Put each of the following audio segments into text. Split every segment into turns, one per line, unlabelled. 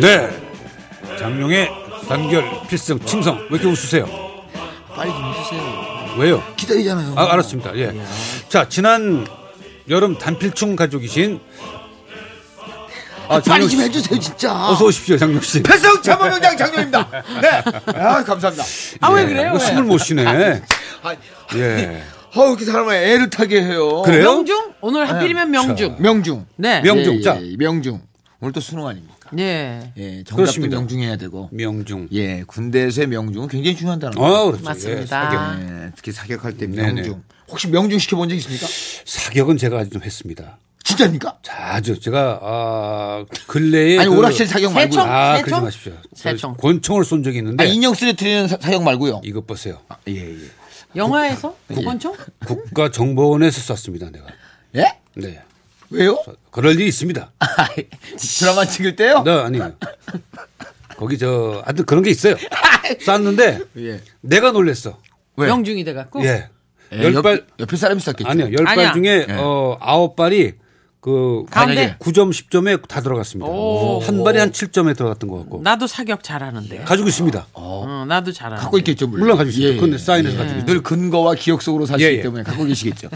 네. 장룡의 단결 필승 충성 왜 이렇게 웃으세요?
빨리 좀 해주세요
왜요?
기다리잖아요
아, 알았습니다. 예. 자, 지난 여름 단필충 가족이신 아,
빨리
장룡
좀
씨.
해주세요 진짜
어서 오십시오, 장룡 씨.
필승 참모명장 장룡입니다 네 아, 감사합니다
아, 왜
예,
그래요?
이거 숨을 못 쉬네.
아,
예.
어, 이렇게 사람을 애를 타게 해요
그래요? 네.
명중? 오늘 하필이면 명중.
명중
네.
명- 명중,
예, 예,
자.
예, 명중 오늘 또 수능 아닙니까
예.
예 정답도
그렇습니다.
명중해야 되고 어?
명중.
예 군대에서의 명중은 굉장히 중요하다는 거
아, 그렇죠. 예, 사격.
맞습니다.
예, 특히 사격할 때
네네.
명중 혹시 명중 시켜본 적 있습니까
사격은 제가 아주 좀 했습니다.
진짜입니까
자주 제가 아, 근래에
아니
그-
오락실 사격 말고
새총?
요
아,
새총?
그러지 마십시오. 저
새총.
권총을 쏜 적이 있는데
아 인형 쓰레트리는 사- 사격 말고요
이것 보세요.
예예
영화에서?
예.
구건총?
국가 정보원에서 쐈습니다, 내가.
예?
네.
왜요?
그럴 일이 있습니다.
아이, 드라마 찍을 때요?
나 아니에요. 거기 저 하여튼 그런 게 있어요. 쐈는데
예.
내가 놀랬어.
왜?
명중이 돼갖고?
예.
예,
열
옆,
발
옆에 사람이 쌌겠죠.
아니요. 열
아니야.
발 중에 어 아홉 발이 그
가운데?
9점 10점에 다 들어갔습니다.
오.
한 발이 한 7점에 들어갔던 것 같고.
나도 사격 잘하는데.
가지고 있습니다.
어, 나도 잘하는데.
갖고 있겠죠, 물론.
물론 가지고 있어요.
아, 예,
그건 사인해서
예.
가지고 있죠.
늘 근거와 기억 속으로 사시기
예, 예.
때문에 갖고 계시겠죠.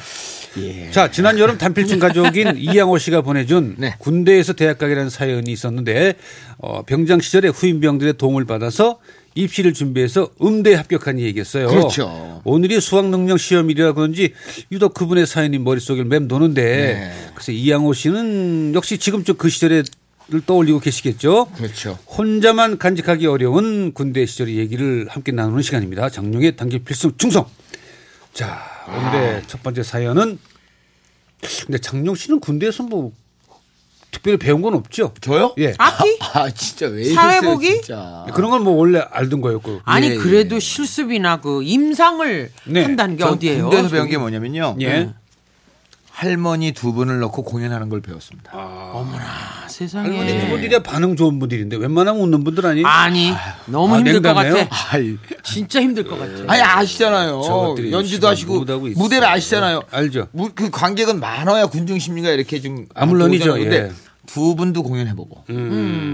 예.
자, 지난 여름 단필증 가족인 이양호 씨가 보내준
네.
군대에서 대학 가기라는 사연이 있었는데 어, 병장 시절에 후임병들의 도움을 받아서 입시를 준비해서 음대에 합격한 얘기였어요.
그렇죠.
오늘이 수학능력 시험이라 그런지 유독 그분의 사연이 머릿속을 맴도는데
네.
그래서 이양호 씨는 역시 지금쯤 그 시절에 를 떠올리고 계시겠죠.
그렇죠.
혼자만 간직하기 어려운 군대 시절의 얘기를 함께 나누는 시간입니다. 장룡의 단계 필승 충성. 자, 오늘의
아.
첫 번째 사연은 근데 장룡 씨는 군대에서 뭐 특별히 배운 건 없죠?
저요?
예.
악기?
아, 진짜 왜 이러세요?
사회복이?
진짜.
그런 건 뭐 원래 알던 거였고.
아니
예,
그래도 실습이나 그 임상을
네.
한다는 게
전
어디예요? 아,
군대에서 배운 게 뭐냐면요.
예.
할머니 두 분을 넣고 공연하는 걸 배웠습니다.
아, 세상에.
뭐- 할머니
예.
두 분들이 반응 좋은 분들인데 웬만하면 웃는 분들 아니?
아니 너무
아,
힘들 것
냉담해요?
같아.
아이,
진짜 힘들 것 같아.
예. 아니 아시잖아요.
저것들이
연주도 하시고
못하고 있어요. 예,
무대를 아시잖아요.
알죠.
무- 그 관객은 많아야 군중 심리가 이렇게 좀
아, 물론이죠.
오잖아요. 근데
예. 음.
두 분도 공연해보고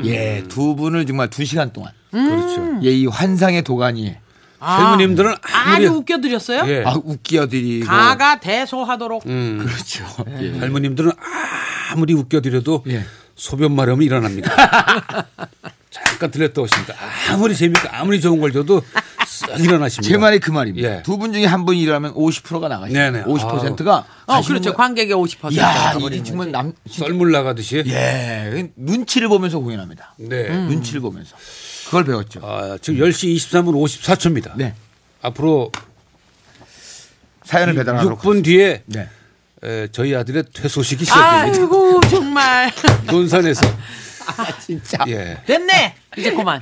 예, 두 분을 정말 두 시간 동안
그렇죠.
예, 이 환상의 도가니에
아,
젊은님들은 아무리
아주 웃겨드렸어요.
예.
아, 웃겨드리고
가가 대소하도록.
그렇죠. 예.
할머님들은 음. 아무리 웃겨드려도
예.
소변 마려움이 일어납니다. 잠깐 들렸다 오십니다. 아무리 재밌고 아무리 좋은 걸 줘도 싹 일어나십니다.
제 말이 그 말입니다.
예.
두 분 중에 한 분이 일하면 50%가 나가시죠.
네네. 아,
50%가
어 그렇죠. 관객의 아, 50%.
야,
가
이 정말 남
썰물 나가듯이.
예, 음. 눈치를 보면서 공연합니다.
네.
눈치를 보면서 그걸 배웠죠.
아, 지금 10시 23분 54초입니다.
네.
앞으로
사연을 배달하도록
6분 뒤에
아, 네.
에, 저희 아들의 퇴소식이 시작됩니다.
아이고 정말
논산에서.
아, 진짜.
예.
됐네. 이제 그만.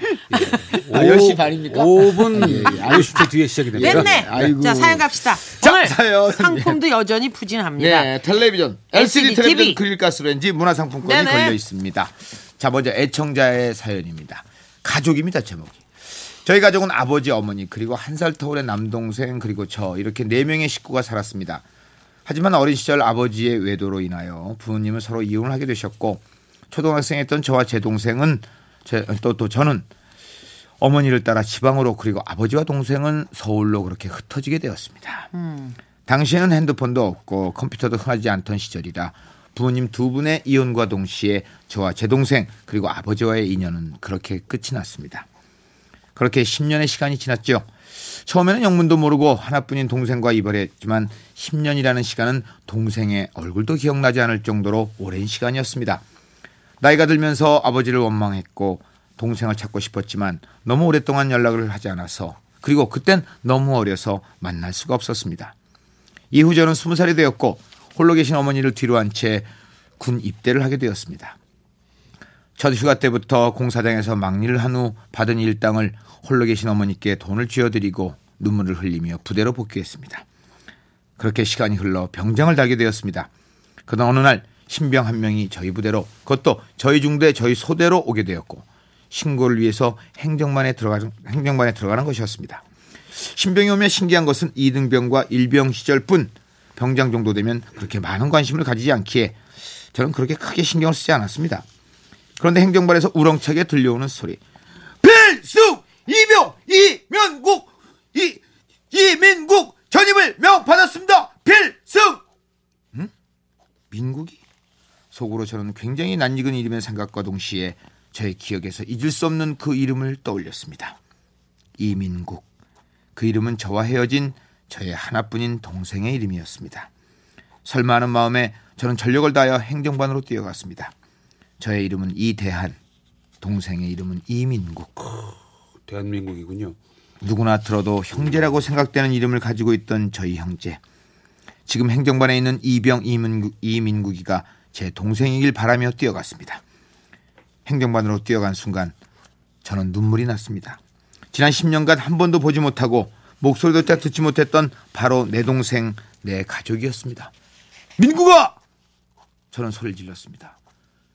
아, 10시 반입니까? 아, 예,
5분 50초 뒤에 시작이 됩니다.
됐네.
아이고.
자 사연 갑시다.
자,
오늘
사연. 예.
상품도 여전히 부진합니다.
네, 텔레비전,
LCD
LCD, 텔레비전
TV.
그릴가스레인지 문화상품권이
네네.
걸려 있습니다. 자, 먼저 애청자의 사연입니다. 가족입니다, 제목이. 저희 가족은 아버지, 어머니, 그리고 한 살 터울의 남동생, 그리고 저 이렇게 네 명의 식구가 살았습니다. 하지만 어린 시절 아버지의 외도로 인하여 부모님은 서로 이혼을 하게 되셨고 초등학생이었던 저와 제 동생은 또또 또 저는 어머니를 따라 지방으로 그리고 아버지와 동생은 서울로 그렇게 흩어지게 되었습니다. 당시에는 핸드폰도 없고 컴퓨터도 흔하지 않던 시절이라 부모님 두 분의 이혼과 동시에 저와 제 동생 그리고 아버지와의 인연은 그렇게 끝이 났습니다. 그렇게 10년의 시간이 지났죠. 처음에는 영문도 모르고 하나뿐인 동생과 이별했지만 10년이라는 시간은 동생의 얼굴도 기억나지 않을 정도로 오랜 시간이었습니다. 나이가 들면서 아버지를 원망했고 동생을 찾고 싶었지만 너무 오랫동안 연락을 하지 않아서 그리고 그땐 너무 어려서 만날 수가 없었습니다. 이후 저는 스무 살이 되었고 홀로 계신 어머니를 뒤로 한 채 군 입대를 하게 되었습니다. 첫 휴가 때부터 공사장에서 막리를 한 후 받은 일당을 홀로 계신 어머니께 돈을 쥐어드리고 눈물을 흘리며 부대로 복귀했습니다. 그렇게 시간이 흘러 병장을 달게 되었습니다. 그러나 어느 날 신병 한 명이 저희 부대로 그것도 저희 중대 저희 소대로 오게 되었고 신고를 위해서 행정반에 들어가는 행정반에 들어가는 것이었습니다. 신병이 오면 신기한 것은 이등병과일병 시절뿐 병장 정도 되면 그렇게 많은 관심을 가지지 않기에 저는 그렇게 크게 신경을 쓰지 않았습니다. 그런데 행정반에서 우렁차게 들려오는 소리. 필수 이병 이면국 이 이민국 전임을 명받았습니다. 필수. 응? 민국이? 속으로 저는 굉장히 낯익은 이름의 생각과 동시에 저의 기억에서 잊을 수 없는 그 이름을 떠올렸습니다. 이민국. 그 이름은 저와 헤어진 저의 하나뿐인 동생의 이름이었습니다. 설마 하는 마음에 저는 전력을 다하여 행정반으로 뛰어갔습니다. 저의 이름은 이대한, 동생의 이름은 이민국.
대한민국이군요.
누구나 들어도 형제라고 생각되는 이름을 가지고 있던 저희 형제. 지금 행정반에 있는 이병 이민국, 이민국이가 제 동생이길 바라며 뛰어갔습니다. 행정반으로 뛰어간 순간 저는 눈물이 났습니다. 지난 10년간 한 번도 보지 못하고 목소리도 짝 듣지 못했던 바로 내 동생, 내 가족이었습니다. 민국아! 저는 소리를 질렀습니다.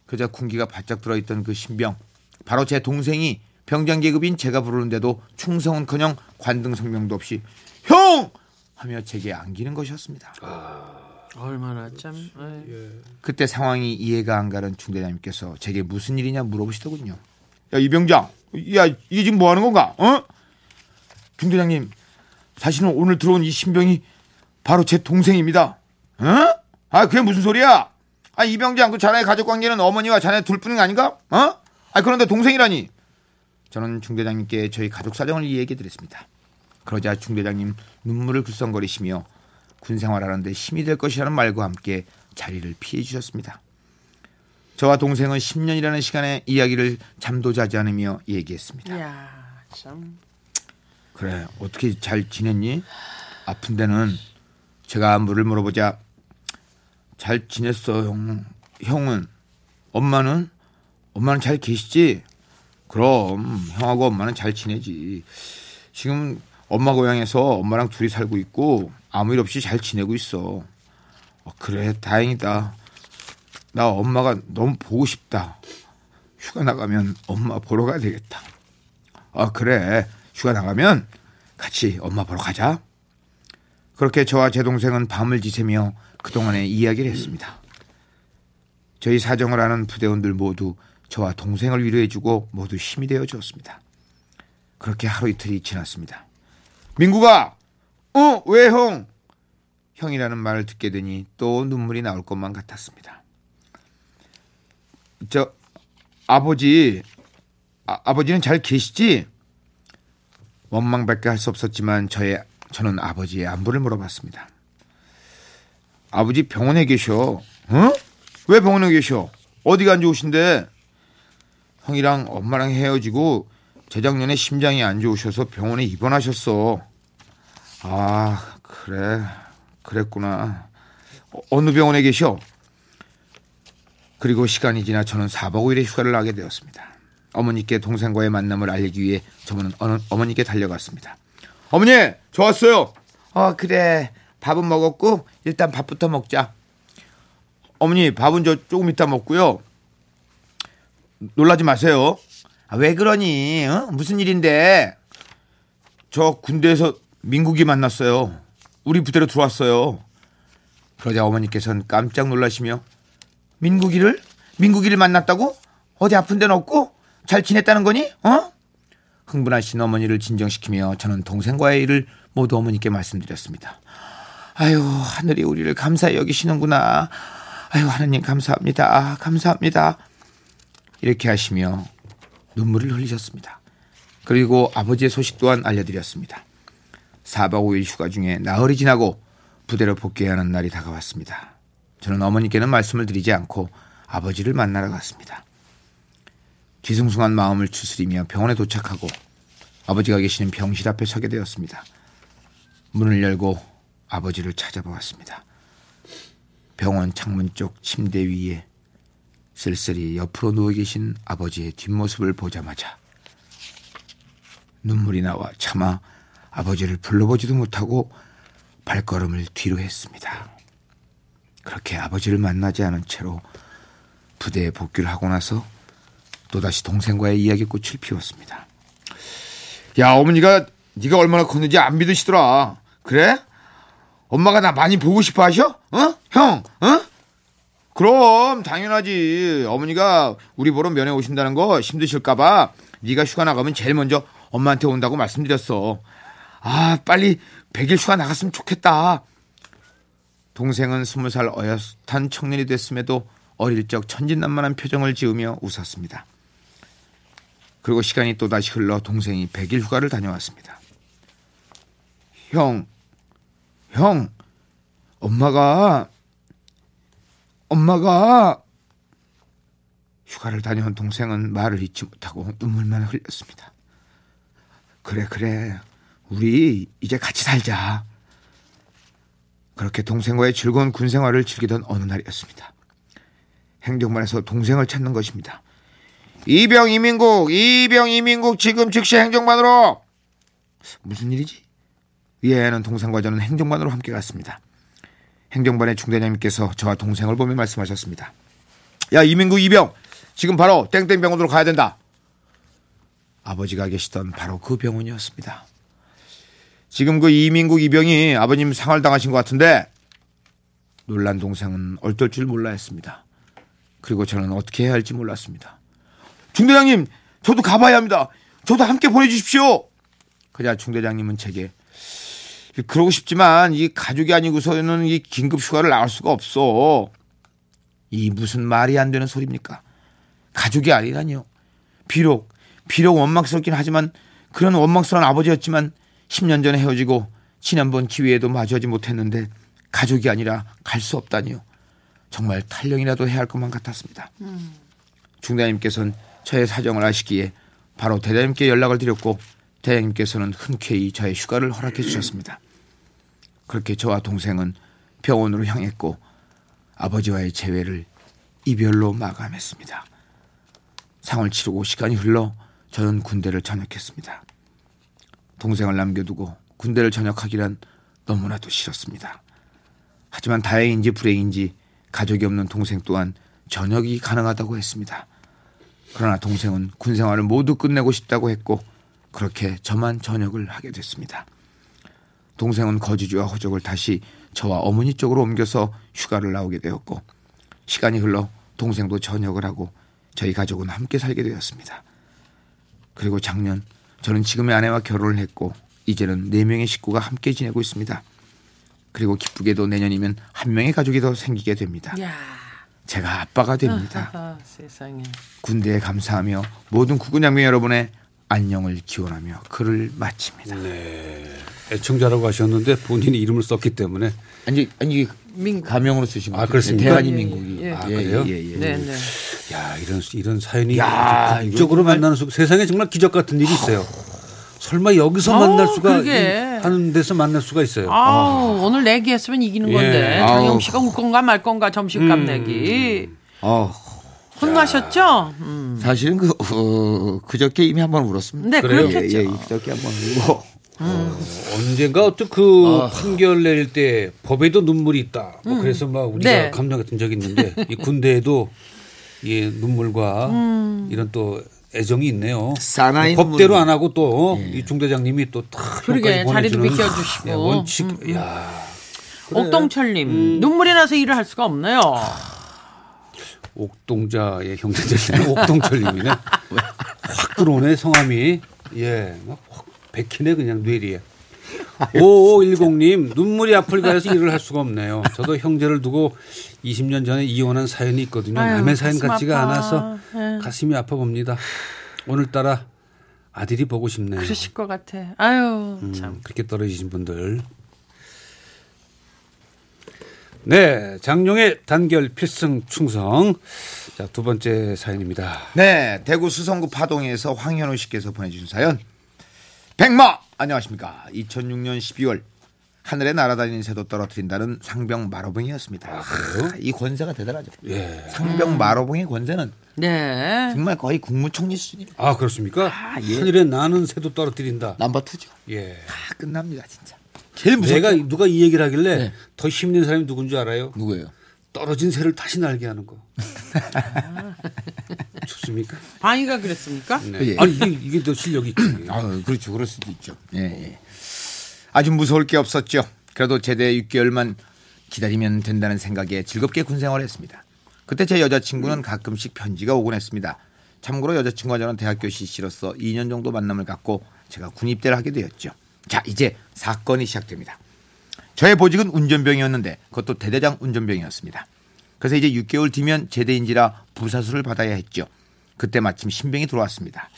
그자 군기가 바짝 들어있던 그 신병 바로 제 동생이 병장 계급인 제가 부르는데도 충성은커녕 관등 성명도 없이 형 하며 제게 안기는 것이었습니다.
얼마나 참. 어, 에이.
그때 상황이 이해가 안 가는 중대장님께서 제게 무슨 일이냐 물어보시더군요. 야 이병장, 야 이게 지금 뭐 하는 건가? 어? 중대장님, 사실은 오늘 들어온 이 신병이 바로 제 동생입니다. 어? 아 그게 무슨 소리야? 아 이병장 그 자네의 가족 관계는 어머니와 자네 둘뿐인 거 아닌가? 어? 아 그런데 동생이라니? 저는 중대장님께 저희 가족 사정을 이야기해 드렸습니다. 그러자 중대장님 눈물을 글썽거리시며 군생활하는데 힘이 될 것이라는 말과 함께 자리를 피해 주셨습니다. 저와 동생은 10년이라는 시간의 이야기를 잠도 자지 않으며 얘기했습니다.
야 참.
그래 어떻게 잘 지냈니? 아픈 데는 제가 안부를 물어보자 잘 지냈어 형 형은 엄마는 엄마는 잘 계시지? 그럼 형하고 엄마는 잘 지내지 지금 엄마 고향에서 엄마랑 둘이 살고 있고 아무 일 없이 잘 지내고 있어 어, 그래 다행이다 나 엄마가 너무 보고 싶다 휴가 나가면 엄마 보러 가야 되겠다 아 그래 휴가 나가면 같이 엄마 보러 가자 그렇게 저와 제 동생은 밤을 지새며 그동안의 이야기를 했습니다 저희 사정을 아는 부대원들 모두 저와 동생을 위로해주고 모두 힘이 되어 주었습니다 그렇게 하루 이틀이 지났습니다 민구가 어 왜형 형이라는 말을 듣게 되니 또 눈물이 나올 것만 같았습니다 저 아버지 아, 아버지는 잘 계시지? 원망밖에 할 수 없었지만 저의 저는 아버지의 안부를 물어봤습니다. 아버지 병원에 계셔. 응? 왜 병원에 계셔? 어디가 안 좋으신데? 형이랑 엄마랑 헤어지고 재작년에 심장이 안 좋으셔서 병원에 입원하셨어. 아 그래 그랬구나. 어, 어느 병원에 계셔? 그리고 시간이 지나 저는 4박 5일의 휴가를 나게 되었습니다. 어머니께 동생과의 만남을 알리기 위해 저는 어느- 어머니께 달려갔습니다. 어머니, 저 왔어요. 어, 그래. 밥은 먹었고 일단 밥부터 먹자. 어머니, 밥은 저 조금 이따 먹고요. 놀라지 마세요. 아, 왜 그러니? 어? 무슨 일인데? 저 군대에서 민국이 만났어요. 우리 부대로 들어왔어요. 그러자 어머니께서는 깜짝 놀라시며 민국이를 민국이를 만났다고 어디 아픈 데는 없고 잘 지냈다는 거니? 어? 흥분하신 어머니를 진정시키며 저는 동생과의 일을 모두 어머니께 말씀드렸습니다. 아유 하늘이 우리를 감사히 여기시는구나. 아유 하나님 감사합니다. 아, 감사합니다. 이렇게 하시며 눈물을 흘리셨습니다. 그리고 아버지의 소식 또한 알려드렸습니다. 4박 5일 휴가 중에 나흘이 지나고 부대로 복귀해야 하는 날이 다가왔습니다. 저는 어머니께는 말씀을 드리지 않고 아버지를 만나러 갔습니다. 뒤숭숭한 마음을 추스리며 병원에 도착하고 아버지가 계시는 병실 앞에 서게 되었습니다. 문을 열고 아버지를 찾아보았습니다. 병원 창문 쪽 침대 위에 쓸쓸히 옆으로 누워 계신 아버지의 뒷모습을 보자마자 눈물이 나와 차마 아버지를 불러보지도 못하고 발걸음을 뒤로 했습니다. 그렇게 아버지를 만나지 않은 채로 부대에 복귀를 하고 나서 또다시 동생과의 이야기꽃을 피웠습니다. 야 어머니가 네가 얼마나 컸는지 안 믿으시더라. 그래? 엄마가 나 많이 보고 싶어 하셔? 어? 형? 어? 그럼 당연하지. 어머니가 우리 보러 면회 오신다는 거 힘드실까 봐 네가 휴가 나가면 제일 먼저 엄마한테 온다고 말씀드렸어. 아, 빨리 100일 휴가 나갔으면 좋겠다. 동생은 20살 어엿한 청년이 됐음에도 어릴 적 천진난만한 표정을 지으며 웃었습니다. 그리고 시간이 또다시 흘러 동생이 100일 휴가를 다녀왔습니다. 형, 형, 엄마가, 엄마가, 휴가를 다녀온 동생은 말을 잊지 못하고 눈물만 흘렸습니다. 그래, 그래. 우리 이제 같이 살자. 그렇게 동생과의 즐거운 군 생활을 즐기던 어느 날이었습니다. 행정반에서 동생을 찾는 것입니다. 이병 이민국, 이병 이민국 지금 즉시 행정반으로. 무슨 일이지? 위에는 동생과 저는 행정반으로 함께 갔습니다. 행정반의 중대장님께서 저와 동생을 보며 말씀하셨습니다. 야 이민국 이병 지금 바로 땡땡 병원으로 가야 된다. 아버지가 계시던 바로 그 병원이었습니다. 지금 그 이민국 이병이 아버님 상할 당하신 것 같은데 놀란 동생은 어떨 줄 몰라 했습니다. 그리고 저는 어떻게 해야 할지 몰랐습니다. 중대장님 저도 가봐야 합니다. 저도 함께 보내주십시오. 그자 중대장님은 제게 그러고 싶지만 이 가족이 아니고서는 이 긴급 휴가를 나올 수가 없어. 이 무슨 말이 안 되는 소리입니까? 가족이 아니라니요. 비록 비록 원망스럽긴 하지만 그런 원망스러운 아버지였지만 10년 전에 헤어지고 지난번 기회에도 마주하지 못했는데 가족이 아니라 갈 수 없다니요. 정말 탈령이라도 해야 할 것만 같았습니다. 중대장님께서는 저의 사정을 아시기에 바로 대장님께 연락을 드렸고 대장님께서는 흔쾌히 저의 휴가를 허락해 주셨습니다. 그렇게 저와 동생은 병원으로 향했고 아버지와의 재회를 이별로 마감했습니다. 상을 치르고 시간이 흘러 저는 군대를 전역했습니다. 동생을 남겨두고 군대를 전역하기란 너무나도 싫었습니다. 하지만 다행인지 불행인지 가족이 없는 동생 또한 전역이 가능하다고 했습니다. 그러나 동생은 군 생활을 모두 끝내고 싶다고 했고 그렇게 저만 전역을 하게 됐습니다. 동생은 거주지와 호적을 다시 저와 어머니 쪽으로 옮겨서 휴가를 나오게 되었고 시간이 흘러 동생도 전역을 하고 저희 가족은 함께 살게 되었습니다. 그리고 작년 저는 지금의 아내와 결혼을 했고 이제는 네 명의 식구가 함께 지내고 있습니다. 그리고 기쁘게도 내년이면 한 명의 가족이 더 생기게 됩니다.
야.
제가 아빠가 됩니다.
아, 세상에.
군대에 감사하며 모든 구군양민 여러분의 안녕을 기원하며 글을 마칩니다.
애청자라고 하셨는데 본인이 이름을 썼기 때문에
아니 아니
민가.
가명으로 쓰신 거
아, 그렇습니까?
대한인 민국이
예, 예.
아,
아, 그래요?
예, 예.
네, 네.
야 이런 이런 사연이
야,
아주 극적으로 만나는 수 세상에 정말 기적 같은 일이 있어요.
아.
설마 여기서 만날
아우,
수가
어, 그러게.
이- 하는 데서 만날 수가 있어요.
아우, 오늘 내기 했으면 이기는
예.
건데.
아우. 음.
장영 씨가 울 건가 말 건가 점심값 내기.
어,
혼나셨죠? 음.
사실은 그 어, 그저께 이미 한번 울었습니다.
네,
그래요?
그렇겠죠.
예, 예, 그저께 한번 울고
언젠가 어떤 그
아.
판결 내릴 때 법에도 눈물이 있다. 뭐 그래서 막 우리가
네.
감동했던 적이 있는데 이 군대에도 이 눈물과
음.
이런 또 애정이 있네요. 뭐
사나이
법대로
눈물. 예.
안 하고 또 이 중대장님이 또탁 예,
그러게, 자리도 비켜주시고. 음,
원칙 야
옥동철님
음.
눈물이 나서 일을 할 수가 없네요.
아.
옥동자의 형제들이네. 옥동철님이네. 확 들어오네, 성함이. 예. 막확 백히네, 그냥 뇌리에. 5510님, 눈물이 앞을 가려서 일을 할 수가 없네요. 저도 형제를 두고 20년 전에 이혼한 사연이 있거든요.
아유,
남의 사연
가슴
같지가
아파.
않아서
예.
가슴이 아파 봅니다. 오늘따라 아들이 보고 싶네요.
그러실 것 같아. 아유
음.
참.
그렇게 떨어지신 분들. 네, 장룡의 단결 필승 충성. 자, 두 번째 사연입니다.
네, 대구 수성구 파동에서 황현우 씨께서 보내주신 사연. 백마 안녕하십니까? 2006년 12월 하늘에 날아다니는 새도 떨어뜨린다는 상병 마로봉이었습니다. 아, 이 권세가 대단하죠.
예.
상병
음.
마로봉의 권세는
네.
정말 거의 국무총리 수준입니다.
아 그렇습니까?
예.
하늘에 나는 새도 떨어뜨린다.
넘버 투죠.
예.
다 끝납니다 진짜. 제일 무섭다.
내가 누가 이 얘기를 하길래 더 힘든 사람이 누군 줄 알아요?
누구예요?
떨어진 새를 다시 날게 하는 거. 좋습니까?
방위가 그랬습니까?
네.
예.
아니 이게, 이게 더 실력이 있지.
아, 그렇죠. 그럴 수도 있죠. 예, 예. 아주 무서울 게 없었죠. 그래도 제대 6개월만 기다리면 된다는 생각에 즐겁게 군생활을 했습니다. 그때 제 여자친구는 가끔씩 편지가 오곤 했습니다. 참고로 여자친구와 저는 대학교 CC로서 2년 정도 만남을 갖고 제가 군입대를 하게 되었죠. 자, 이제 사건이 시작됩니다. 저의 보직은 운전병이었는데 그것도 대대장 운전병이었습니다. 그래서 이제 6개월 뒤면 제대인지라 부사수를 받아야 했죠. 그때 마침 신병이 들어왔습니다.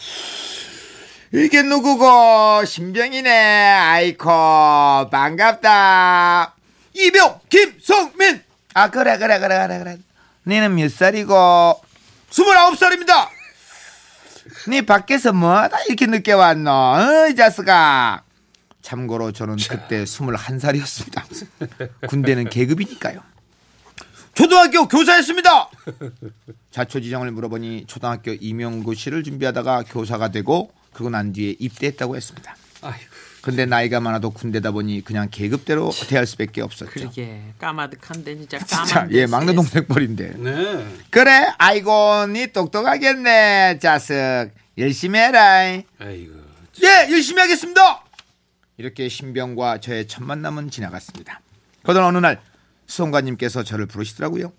이게 누구고 신병이네 아이코 반갑다 이병 김성민 아 그래 그래 그래 그래 그래 니는 몇 살이고 스물아홉 살입니다 니 밖에서 뭐하다 이렇게 늦게 왔노 어, 이 자식아 참고로 저는 그때 스물한 살이었습니다 군대는 계급이니까요 초등학교 교사였습니다 자초지정을 물어보니 초등학교 임용고시를 준비하다가 교사가 되고 그러고 난 뒤에 입대했다고 했습니다.
아이고.
근데 나이가 많아도 군대다 보니 그냥 계급대로 대할 수밖에 없었죠.
그러게 까마득한데 진짜
진짜
까만.
예 막내 동생뻘인데.
네.
그래 아이고 니 똑똑하겠네 자식 열심히 해라.
아이고.
예, 열심히 하겠습니다. 이렇게 신병과 저의 첫 만남은 지나갔습니다. 그러던 어느 날 수송관님께서 저를 부르시더라고요.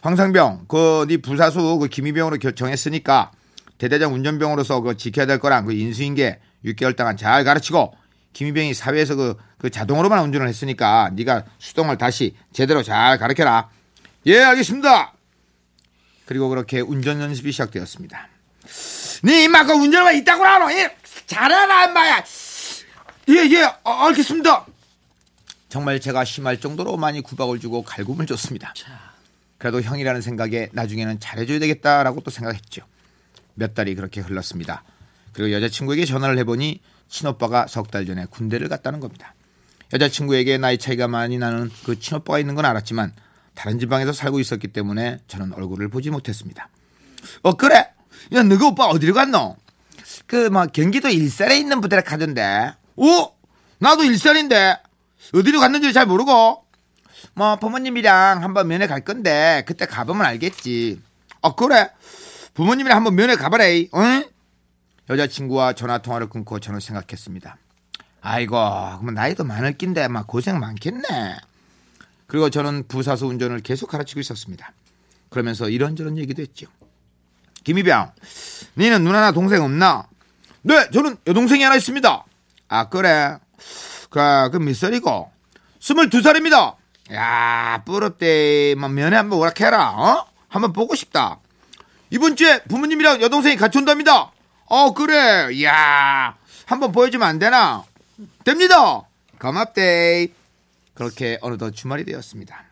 황상병, 그 네 부사수 그 김희병으로 결정했으니까 대대장 운전병으로서 그 지켜야 될 거랑 그 인수인계 6개월 동안 잘 가르치고 김희병이 사회에서 그, 그 자동으로만 운전을 했으니까 네가 수동을 다시 제대로 잘 가르쳐라. 예, 알겠습니다. 그리고 그렇게 운전 연습이 시작되었습니다. 네 임마 그 운전만 있다고 하노 예, 잘하라 임마야 예예 어, 알겠습니다 정말 제가 심할 정도로 많이 구박을 주고 갈굼을 줬습니다 그래도 형이라는 생각에 나중에는 잘해줘야 되겠다라고 또 생각했죠 몇 달이 그렇게 흘렀습니다 그리고 여자친구에게 전화를 해보니 친오빠가 석 달 전에 군대를 갔다는 겁니다 여자친구에게 나이 차이가 많이 나는 그 친오빠가 있는 건 알았지만 다른 지방에서 살고 있었기 때문에 저는 얼굴을 보지 못했습니다 어 그래 야 너가 오빠 어디로 갔노 그 막 경기도 일산에 있는 부대를 가던데 오 나도 일산인데 어디로 갔는지 잘 모르고 뭐 부모님이랑 한번 면회 갈 건데 그때 가보면 알겠지 아 그래 부모님이랑 한번 면회 가봐래 응 여자친구와 전화 통화를 끊고 저는 생각했습니다 아이고 그럼 나이도 많을 낀데 막 고생 많겠네 그리고 저는 부사수 운전을 계속 가르치고 있었습니다 그러면서 이런저런 얘기도 했죠 김희병, 니는 누나나 동생 없나? 네, 저는 여동생이 하나 있습니다. 아, 그래. 그래, 그럼 몇 살이고? 스물두 살입니다. 야, 뿌럽대. 막 면회 한번 오락해라, 어? 한번 보고 싶다. 이번 주에 부모님이랑 여동생이 같이 온답니다. 어, 그래. 야, 한번 보여주면 안 되나? 됩니다. 고맙대. 그렇게 어느덧 주말이 되었습니다.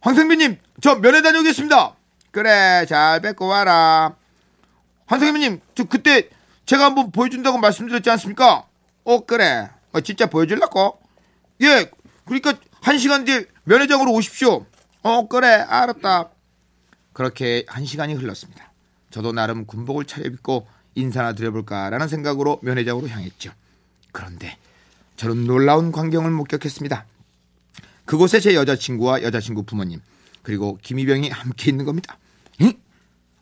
황생민님, 저 면회 다녀오겠습니다. 그래, 잘 뵙고 와라. 황생민님, 저 그때 제가 한번 보여준다고 말씀드렸지 않습니까? 어, 그래. 어, 진짜 보여줄라고? 예, 그러니까 한 시간 뒤에 면회장으로 오십시오. 어, 그래, 알았다. 그렇게 한 시간이 흘렀습니다. 저도 나름 군복을 차려입고 인사나 드려볼까라는 생각으로 면회장으로 향했죠. 그런데 저는 놀라운 광경을 목격했습니다. 그곳에 제 여자친구와 여자친구 부모님 그리고 김희병이 함께 있는 겁니다. 응?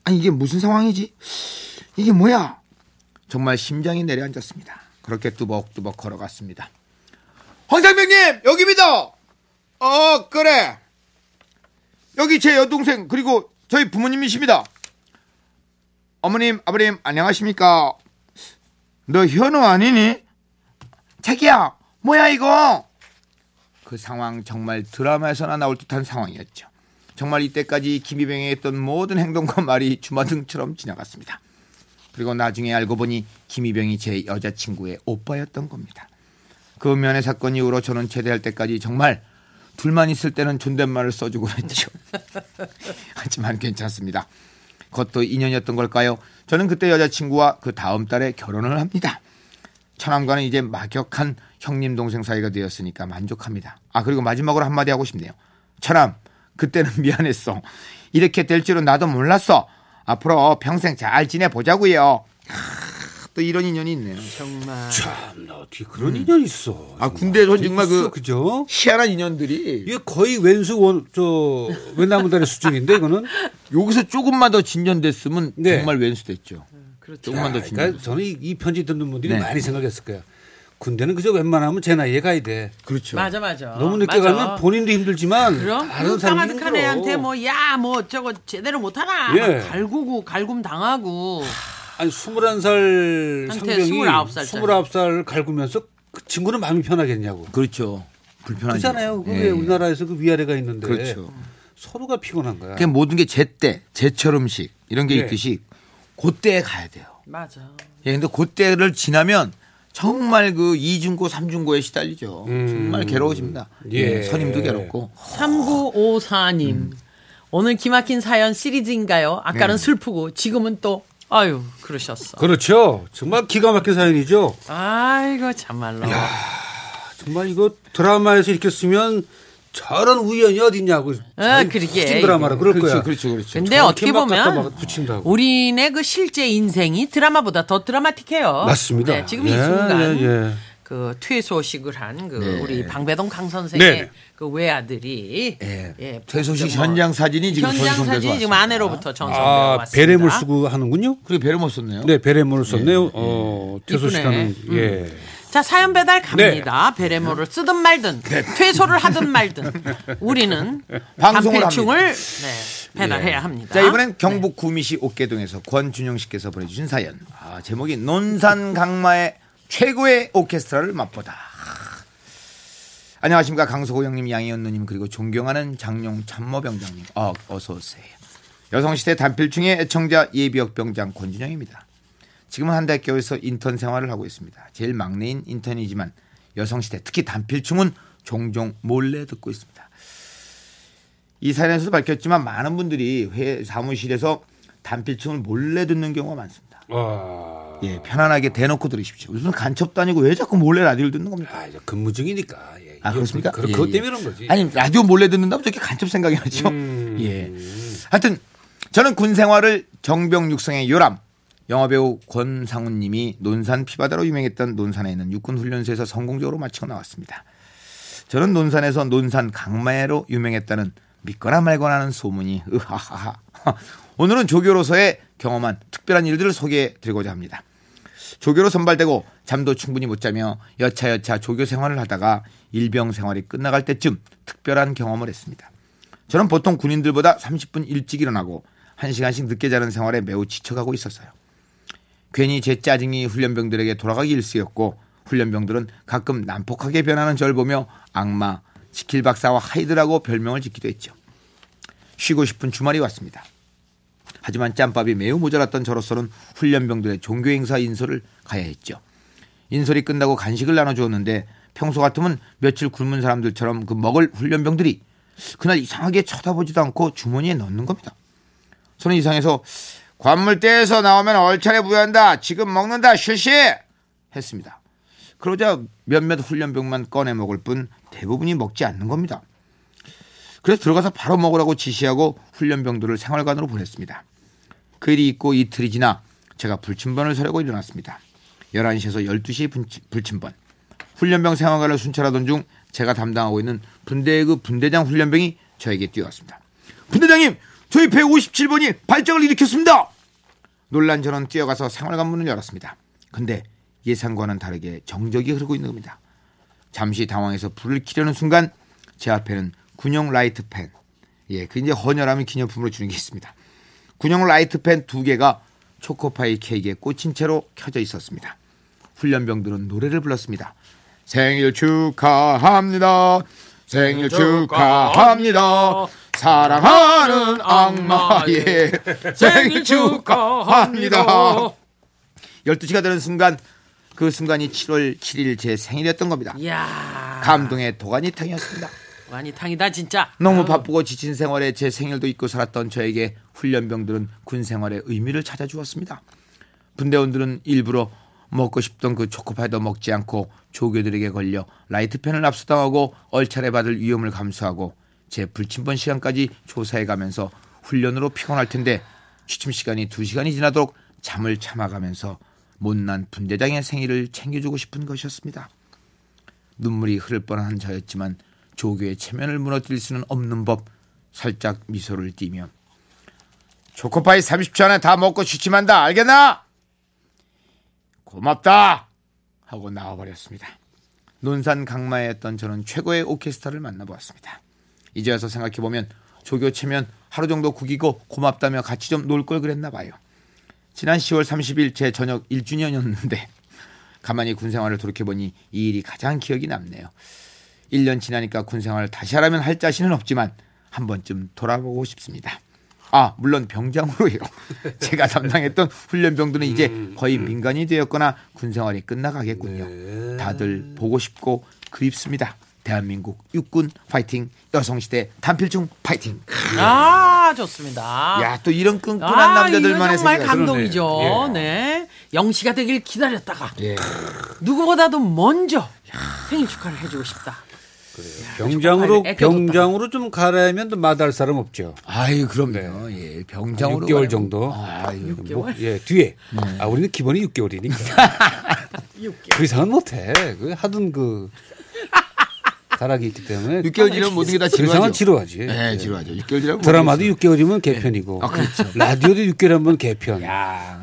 아니 이게 무슨 상황이지? 이게 뭐야? 정말 심장이 내려앉았습니다. 그렇게 뚜벅뚜벅 걸어갔습니다. 황상병님 여기입니다. 어 그래. 여기 제 여동생 그리고 저희 부모님이십니다. 어머님 아버님 안녕하십니까? 너 현우 아니니? 자기야 뭐야 이거? 그 상황 정말 드라마에서나 나올 듯한 상황이었죠. 정말 이때까지 김희병이 했던 모든 행동과 말이 주마등처럼 지나갔습니다. 그리고 나중에 알고 보니 김희병이 제 여자친구의 오빠였던 겁니다. 그 면회 사건 이후로 저는 제대할 때까지 정말 둘만 있을 때는 존댓말을 써주곤 했죠. 하지만 괜찮습니다. 그것도 인연이었던 걸까요? 저는 그때 여자친구와 그 다음 달에 결혼을 합니다. 천안과는 이제 막역한 형님 동생 사이가 되었으니까 만족합니다. 아 그리고 마지막으로 한마디 하고 싶네요. 처남 그때는 미안했어. 이렇게 될 줄은 나도 몰랐어. 앞으로 평생 잘 지내보자고요. 아, 또 이런 인연이 있네요.
참나 어떻게 그런 인연이 있어.
아 군대 전 정말 그
그죠?
희한한 인연들이
이게 거의 왼수 원저 왼나무다리 수준인데 이거는.
여기서 조금만 더 진전됐으면
네.
정말 왼수됐죠.
음,
조금만 더 진전.
그러니까 저는 이, 이 편지 듣는 분들이
네.
많이 생각했을 거야. 군대는 그저 웬만하면 제 나이에 가야 돼.
그렇죠.
맞아 맞아.
너무 늦게
맞아.
가면 본인도 힘들지만
그럼 음,
다른 사람도
까마득한
힘들어.
애한테 뭐 야 뭐 저거 제대로 못하나
예.
갈구고 갈굼 당하고
아니 21살
한테
상병이
29 살짜리.
29살 갈구면서 그 친구는 마음이 편하겠냐고.
그렇죠. 불편하죠.
그잖아요. 그게
예.
우리나라에서 그 위아래가 있는데
그렇죠.
서로가 피곤한 거야.
그냥 모든 게 제때, 제철음식 이런 게
네.
있듯이 그때에 가야 돼요.
맞아.
예, 근데 그때를 지나면 정말 그 이중고 삼중고에 시달리죠. 정말 괴로워집니다.
음. 예.
예, 선임도 괴롭고.
3954님.
음.
오늘 기막힌 사연 시리즈인가요? 아까는 슬프고 지금은 또 아유 그러셨어.
네. 그렇죠. 정말 기가 막힌 사연이죠.
아이고 참말로.
정말 이거 드라마에서 이렇게 쓰면 저런 우연이 어딨냐고. 자기
아, 그러게.
푸틴 드라마라 아, 그럴
그렇죠,
거야.
그렇죠, 그렇죠.
근데
저렇게
어떻게
막 갖다
보면
막 붙인다고.
우리네 그 실제 인생이 드라마보다 더 드라마틱해요.
맞습니다.
네, 지금 이
예,
순간
예, 예.
그 퇴소식을 한 그
네.
우리 방배동 강 선생의
네.
그 외아들이 예,
퇴소식
뭐
현장 사진이 지금
현장
전송돼서
사진이 지금
왔습니다.
아내로부터 전송돼
아,
왔습니다.
베레물 쓰고 하는군요.
그게 배려못 썼네요.
네, 베레모를
예,
썼네요. 어, 퇴소시켜는
이쁘네. 음.
예.
자 사연 배달 갑니다.
네.
베레모를 쓰든 말든 퇴소를 하든 말든 우리는
방송을 예.
단필충을 네, 배달해야 합니다. 네.
자 이번엔 경북 구미시 옥계동에서 권준영 씨께서 보내주신 사연. 아, 제목이 논산 강마의 최고의 오케스트라를 맛보다. 아. 안녕하십니까 강소호 형님, 양희연 누님 그리고 존경하는 장용 참모병장님. 어, 어서 오세요. 여성시대 단필충의 애청자 예비역 병장 권준영입니다. 지금은 한 대학교에서 인턴 생활을 하고 있습니다. 제일 막내인 인턴이지만 여성시대 특히 단필충은 종종 몰래 듣고 있습니다. 이 사연에서도 밝혔지만 많은 분들이 회 사무실에서 단필충을 몰래 듣는 경우가 많습니다.
와.
예, 편안하게 대놓고 들으십시오. 무슨 간첩도 아니고 왜 자꾸 몰래 라디오를 듣는 겁니까?
아, 이제 근무 중이니까. 예.
아, 그렇습니까?
그,
예,
그것
예.
때문에 그런 거지. 음.
아니, 라디오 몰래 듣는다면 저렇게 간첩 생각이 나죠? 예. 하여튼, 저는 군 생활을 정병 육성의 요람, 영화배우 권상훈 님이 논산 피바다로 유명했던 논산에 있는 육군훈련소에서 성공적으로 마치고 나왔습니다. 저는 논산에서 논산 강마애로 유명했다는 믿거나 말거나 하는 소문이 으하하하. 오늘은 조교로서의 경험한 특별한 일들을 소개해 드리고자 합니다. 조교로 선발되고 잠도 충분히 못 자며 여차여차 조교 생활을 하다가 일병 생활이 끝나갈 때쯤 특별한 경험을 했습니다. 저는 보통 군인들보다 30분 일찍 일어나고 1시간씩 늦게 자는 생활에 매우 지쳐가고 있었어요. 괜히 제 짜증이 훈련병들에게 돌아가기 일쑤였고 훈련병들은 가끔 난폭하게 변하는 절 보며 악마, 지킬 박사와 하이드라고 별명을 짓기도 했죠. 쉬고 싶은 주말이 왔습니다. 하지만 짬밥이 매우 모자랐던 저로서는 훈련병들의 종교행사 인솔을 가야 했죠. 인솔이 끝나고 간식을 나눠주었는데 평소 같으면 며칠 굶은 사람들처럼 그 먹을 훈련병들이 그날 이상하게 쳐다보지도 않고 주머니에 넣는 겁니다. 저는 이상해서 관물대에서 나오면 얼차례 부여한다. 지금 먹는다. 실시 했습니다. 그러자 몇몇 훈련병만 꺼내 먹을 뿐 대부분이 먹지 않는 겁니다. 그래서 들어가서 바로 먹으라고 지시하고 훈련병들을 생활관으로 보냈습니다. 그 일이 있고 이틀이 지나 제가 불침번을 서려고 일어났습니다. 11시에서 12시 분치- 불침번. 훈련병 생활관을 순찰하던 중 제가 담당하고 있는 분대의 그 분대장 훈련병이 저에게 뛰어왔습니다. 분대장님! 저희 157번이 발작을 일으켰습니다! 놀란 저는 뛰어가서 생활관 문을 열었습니다. 근데 예상과는 다르게 정적이 흐르고 있는 겁니다. 잠시 당황해서 불을 켜려는 순간 제 앞에는 군용 라이트 펜. 예, 그 이제 헌혈하면 기념품으로 주는 게 있습니다. 군용 라이트 펜 두 개가 초코파이 케이크에 꽂힌 채로 켜져 있었습니다. 훈련병들은 노래를 불렀습니다. 생일 축하합니다. 생일 축하합니다. 사랑하는 악마. 예. 생일 축하합니다. 12시가 되는 순간 그 순간이 7월 7일 제 생일이었던 겁니다.
야
아. 감동의 도가니탕이었습니다.
많이 탕이다 진짜.
너무 바쁘고 지친 생활에 제 생일도 잊고 살았던 저에게 훈련병들은 군 생활의 의미를 찾아주었습니다. 분대원들은 일부러 먹고 싶던 그 초코파이도 먹지 않고 조교들에게 걸려 라이트펜을 압수당하고 얼차례 받을 위험을 감수하고 제 불침번 시간까지 조사해 가면서 훈련으로 피곤할 텐데 취침 시간이 2시간이 지나도록 잠을 참아가면서 못난 분대장의 생일을 챙겨주고 싶은 것이었습니다. 눈물이 흐를 뻔한 저였지만 조교의 체면을 무너뜨릴 수는 없는 법 살짝 미소를 띠며 초코파이 30초 안에 다 먹고 취침한다 알겠나? 고맙다 하고 나와버렸습니다. 논산 강마에였던 저는 최고의 오케스트라를 만나보았습니다. 이제 와서 생각해보면 조교 체면 하루 정도 구기고 고맙다며 같이 좀 놀 걸 그랬나 봐요. 지난 10월 30일 제 저녁 1주년이었는데 가만히 군생활을 돌이켜보니 이 일이 가장 기억이 남네요. 1년 지나니까 군생활을 다시 하라면 할 자신은 없지만 한 번쯤 돌아보고 싶습니다. 아 물론 병장으로요. 제가 담당했던 훈련병들은
음,
이제 거의 민간이 되었거나 군생활이
네.
끝나가겠군요. 다들 보고 싶고 그립습니다. 대한민국 육군 파이팅 여성시대 단필중 파이팅.
아, 좋습니다.
야 또 이런 끈끈한
아,
남자들만의
이건 정말
생각이 들어.
감동이죠.
예.
네. 영씨가 되길 기다렸다가
예.
누구보다도 먼저 생일 축하를 해주고 싶다.
병장으로
애껴줬다.
병장으로 좀 가려면 또 마다할 사람 없죠.
아유 그럼요. 예 병장으로
6개월
가요.
네. 정도.
아유 네.
뭐, 예, 뒤에. 아, 우리는 기본이 6개월이니까. 그 이상은 못해. 그 하든 그 가락이 있기 때문에.
6개월 지나면 모든 게뭐 다
그
지루하죠.
이상은 지루하지.
네, 아, 지루하죠. 6개월 지나면
드라마도 6개월이면 개편이고.
그렇죠.
네. 라디오도 6개월에 한 번 개편.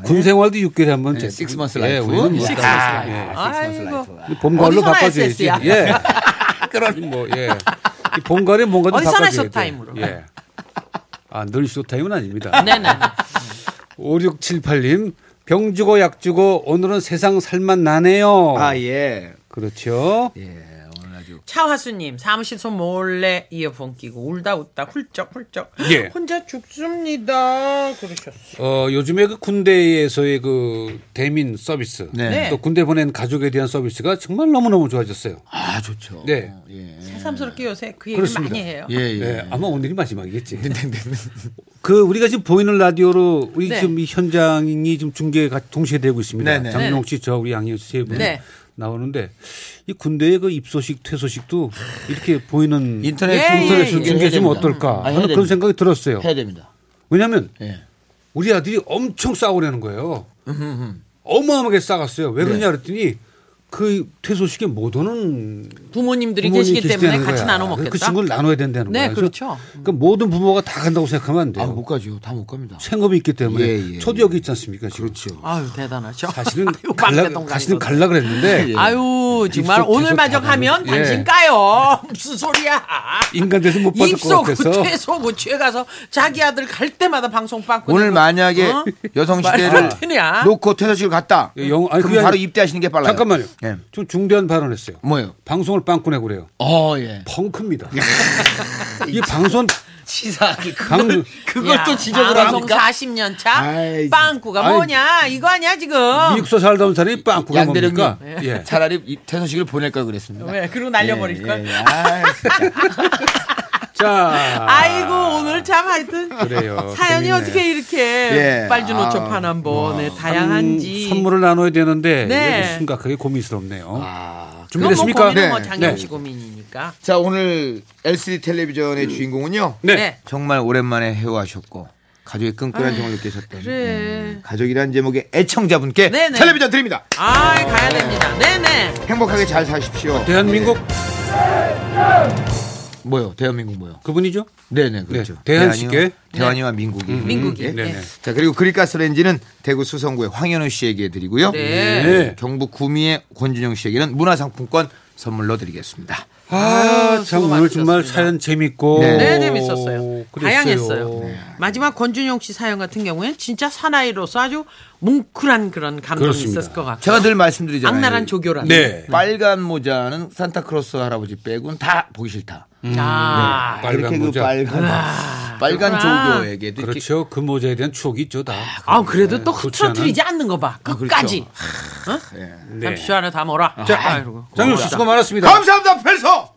군생활도 6개월에 한 번
네,
개편.
six months
예,
life.
우리는 뭐
Six
다-
months
예.
아이고.
봄가을로
어디서나
바꿔줘야지.
SS 야.
예. 그런 뭐 예. 이 봄가을에 뭔가 좀
어디서나
바꿔줘야
쇼타임으로.
돼. 예. 아, 늘 쇼타임은 아닙니다.
네네.
5678님 병주고 약주고 오늘은 세상 살만 나네요.
아 예.
그렇죠.
예 오늘 아주
차화수님 사무실 손 몰래 이어폰 끼고 울다 웃다 훌쩍훌쩍
예.
혼자 죽습니다. 그러셨어요.
어 요즘에 그 군대에서의 그 대민 서비스
네.
네.
또 군대 보낸 가족에 대한 서비스가 정말 너무 너무 좋아졌어요.
아 좋죠.
네.
예.
새삼스럽게 요새 그 얘기
그렇습니다.
많이 해요.
예, 네, 예.
네, 아마 오늘이 마지막이겠지. 그 우리가 지금 보이는 라디오로 우리
네.
지금 이 현장이 지금 중계가 동시에 되고 있습니다.
네네.
장용 씨, 저 우리 양희은 씨세분
네.
나오는데 이 군대의 그 입소식, 퇴소식도 이렇게 보이는
인터넷
예,
인터넷
예, 예.
중계 좀 어떨까
아, 해야
하는 그런
됩니다.
생각이 들었어요.
해야 됩니다.
왜냐하면
예.
우리 아들이 엄청 싸우려는 거예요. 어마어마하게 싸갔어요.
네.
왜 그러냐 그랬더니 그 퇴소식에 못 오는
부모님들이
부모님이
계시기 때문에
계시다는
같이
거야.
나눠 먹겠다.
그 친구를 나눠야 된다는
네,
거야.
그렇죠. 뭐
그러니까 모든 부모가 다 간다고 생각하면 안 돼요.
아못 가죠. 다 못 갑니다.
생업이 있기 때문에
예, 예,
저도 여기 있지 않습니까? 지금.
그렇죠.
아유 대단하죠.
사실은
아유, 막내
갈라,
동생이거든. 예,
사실은 갈라 그랬는데
아유 정말
입속
오늘마저
예. 계속 다
가면
가는- 예.
당신 까요 무슨 소리야
인간 돼서 못 받을 것
입소
같아서
구퇴소 뭐 구취해 가서 자기 아들 갈 때마다 방송 빵꾸
오늘
내고,
만약에
어?
여성 시대를
말도 안 되냐?
놓고 퇴사실 갔다.
예, 영- 아니,
그럼
그게
바로
아니-
입대하시는 게 빨라요.
잠깐만요.
예.
좀 중대한 발언했어요.
뭐요?
방송을 빵꾸내고 그래요.
어 예.
펑크입니다. 이게 방송
치사하게
네.
방
그걸
야,
또 지적을
방송
합니까?
40년 차
아이,
빵꾸가
아이,
뭐냐 이거 아니야 지금
미국서 살다 온 사람이 빵꾸가
양대령님
뭡니까?
예.
예.
차라리 이 퇴사식을 보낼 걸 그랬습니다.
왜 그리고 날려버릴 걸
예, 예. 아이, 진짜.
자
아이고 오늘 참 하여튼
그래요.
사연이
재밌네. 뭐,
어떻게 이렇게
예.
빨주 노초
아,
파남보 네, 다양한지
음, 선물을 나눠야 되는데
네.
이게 심각하게 고민스럽네요.
그건 뭐
준비됐습니까?
고민은 뭐
네.
장영씨 고민이니까
자 오늘 LCD 텔레비전의
음.
주인공은요.
네.
네.
정말 오랜만에 해오하셨고 가족의 끈끈한 정을 느끼셨던
아, 그래.
음, 가족이라는 제목의 애청자분께
네네.
텔레비전 드립니다.
아이 가야 됩니다 네네
행복하게 잘 사십시오.
대한민국
네. 뭐요? 대한민국 뭐요?
그분이죠?
네네 그렇죠.
네, 대한식의?
대한이와 민국이
민국이.
예.
네네.
자 그리고 그립가스레인지는 대구 수성구의 황현우 씨에게 드리고요.
네.
네.
경북 구미의 권준영 씨에게는 문화상품권 선물로 드리겠습니다.
아, 참
수고
오늘 정말
많으셨습니다.
사연 재밌고
네.
네, 재밌었어요.
그랬어요.
다양했어요. 마지막 권준용 씨 사연 같은 경우에는 진짜 사나이로서 아주 뭉클한 그런 감동이
그렇습니다.
있었을 것 같고.
제가 늘 말씀드리잖아요.
악랄한 조교라.
네.
빨간 모자는 산타크로스 할아버지 빼곤 다 보기 싫다.
음,
자,
빨간
이렇게
모자.
그 빨간 빨간
아, 그렇구나.
조교에게도 이렇게
그렇죠. 그 모자에 대한 추억이 있죠, 다.
아 그래도 또
좋지 네, 않은? 그렇죠. 네.
흐트러뜨리지 않는 거 봐. 끝까지.
예.
그 잠시 안에 다 먹어라. 아, 이러고.
장윤 씨 수고 많았습니다.
감사합니다, 펠소!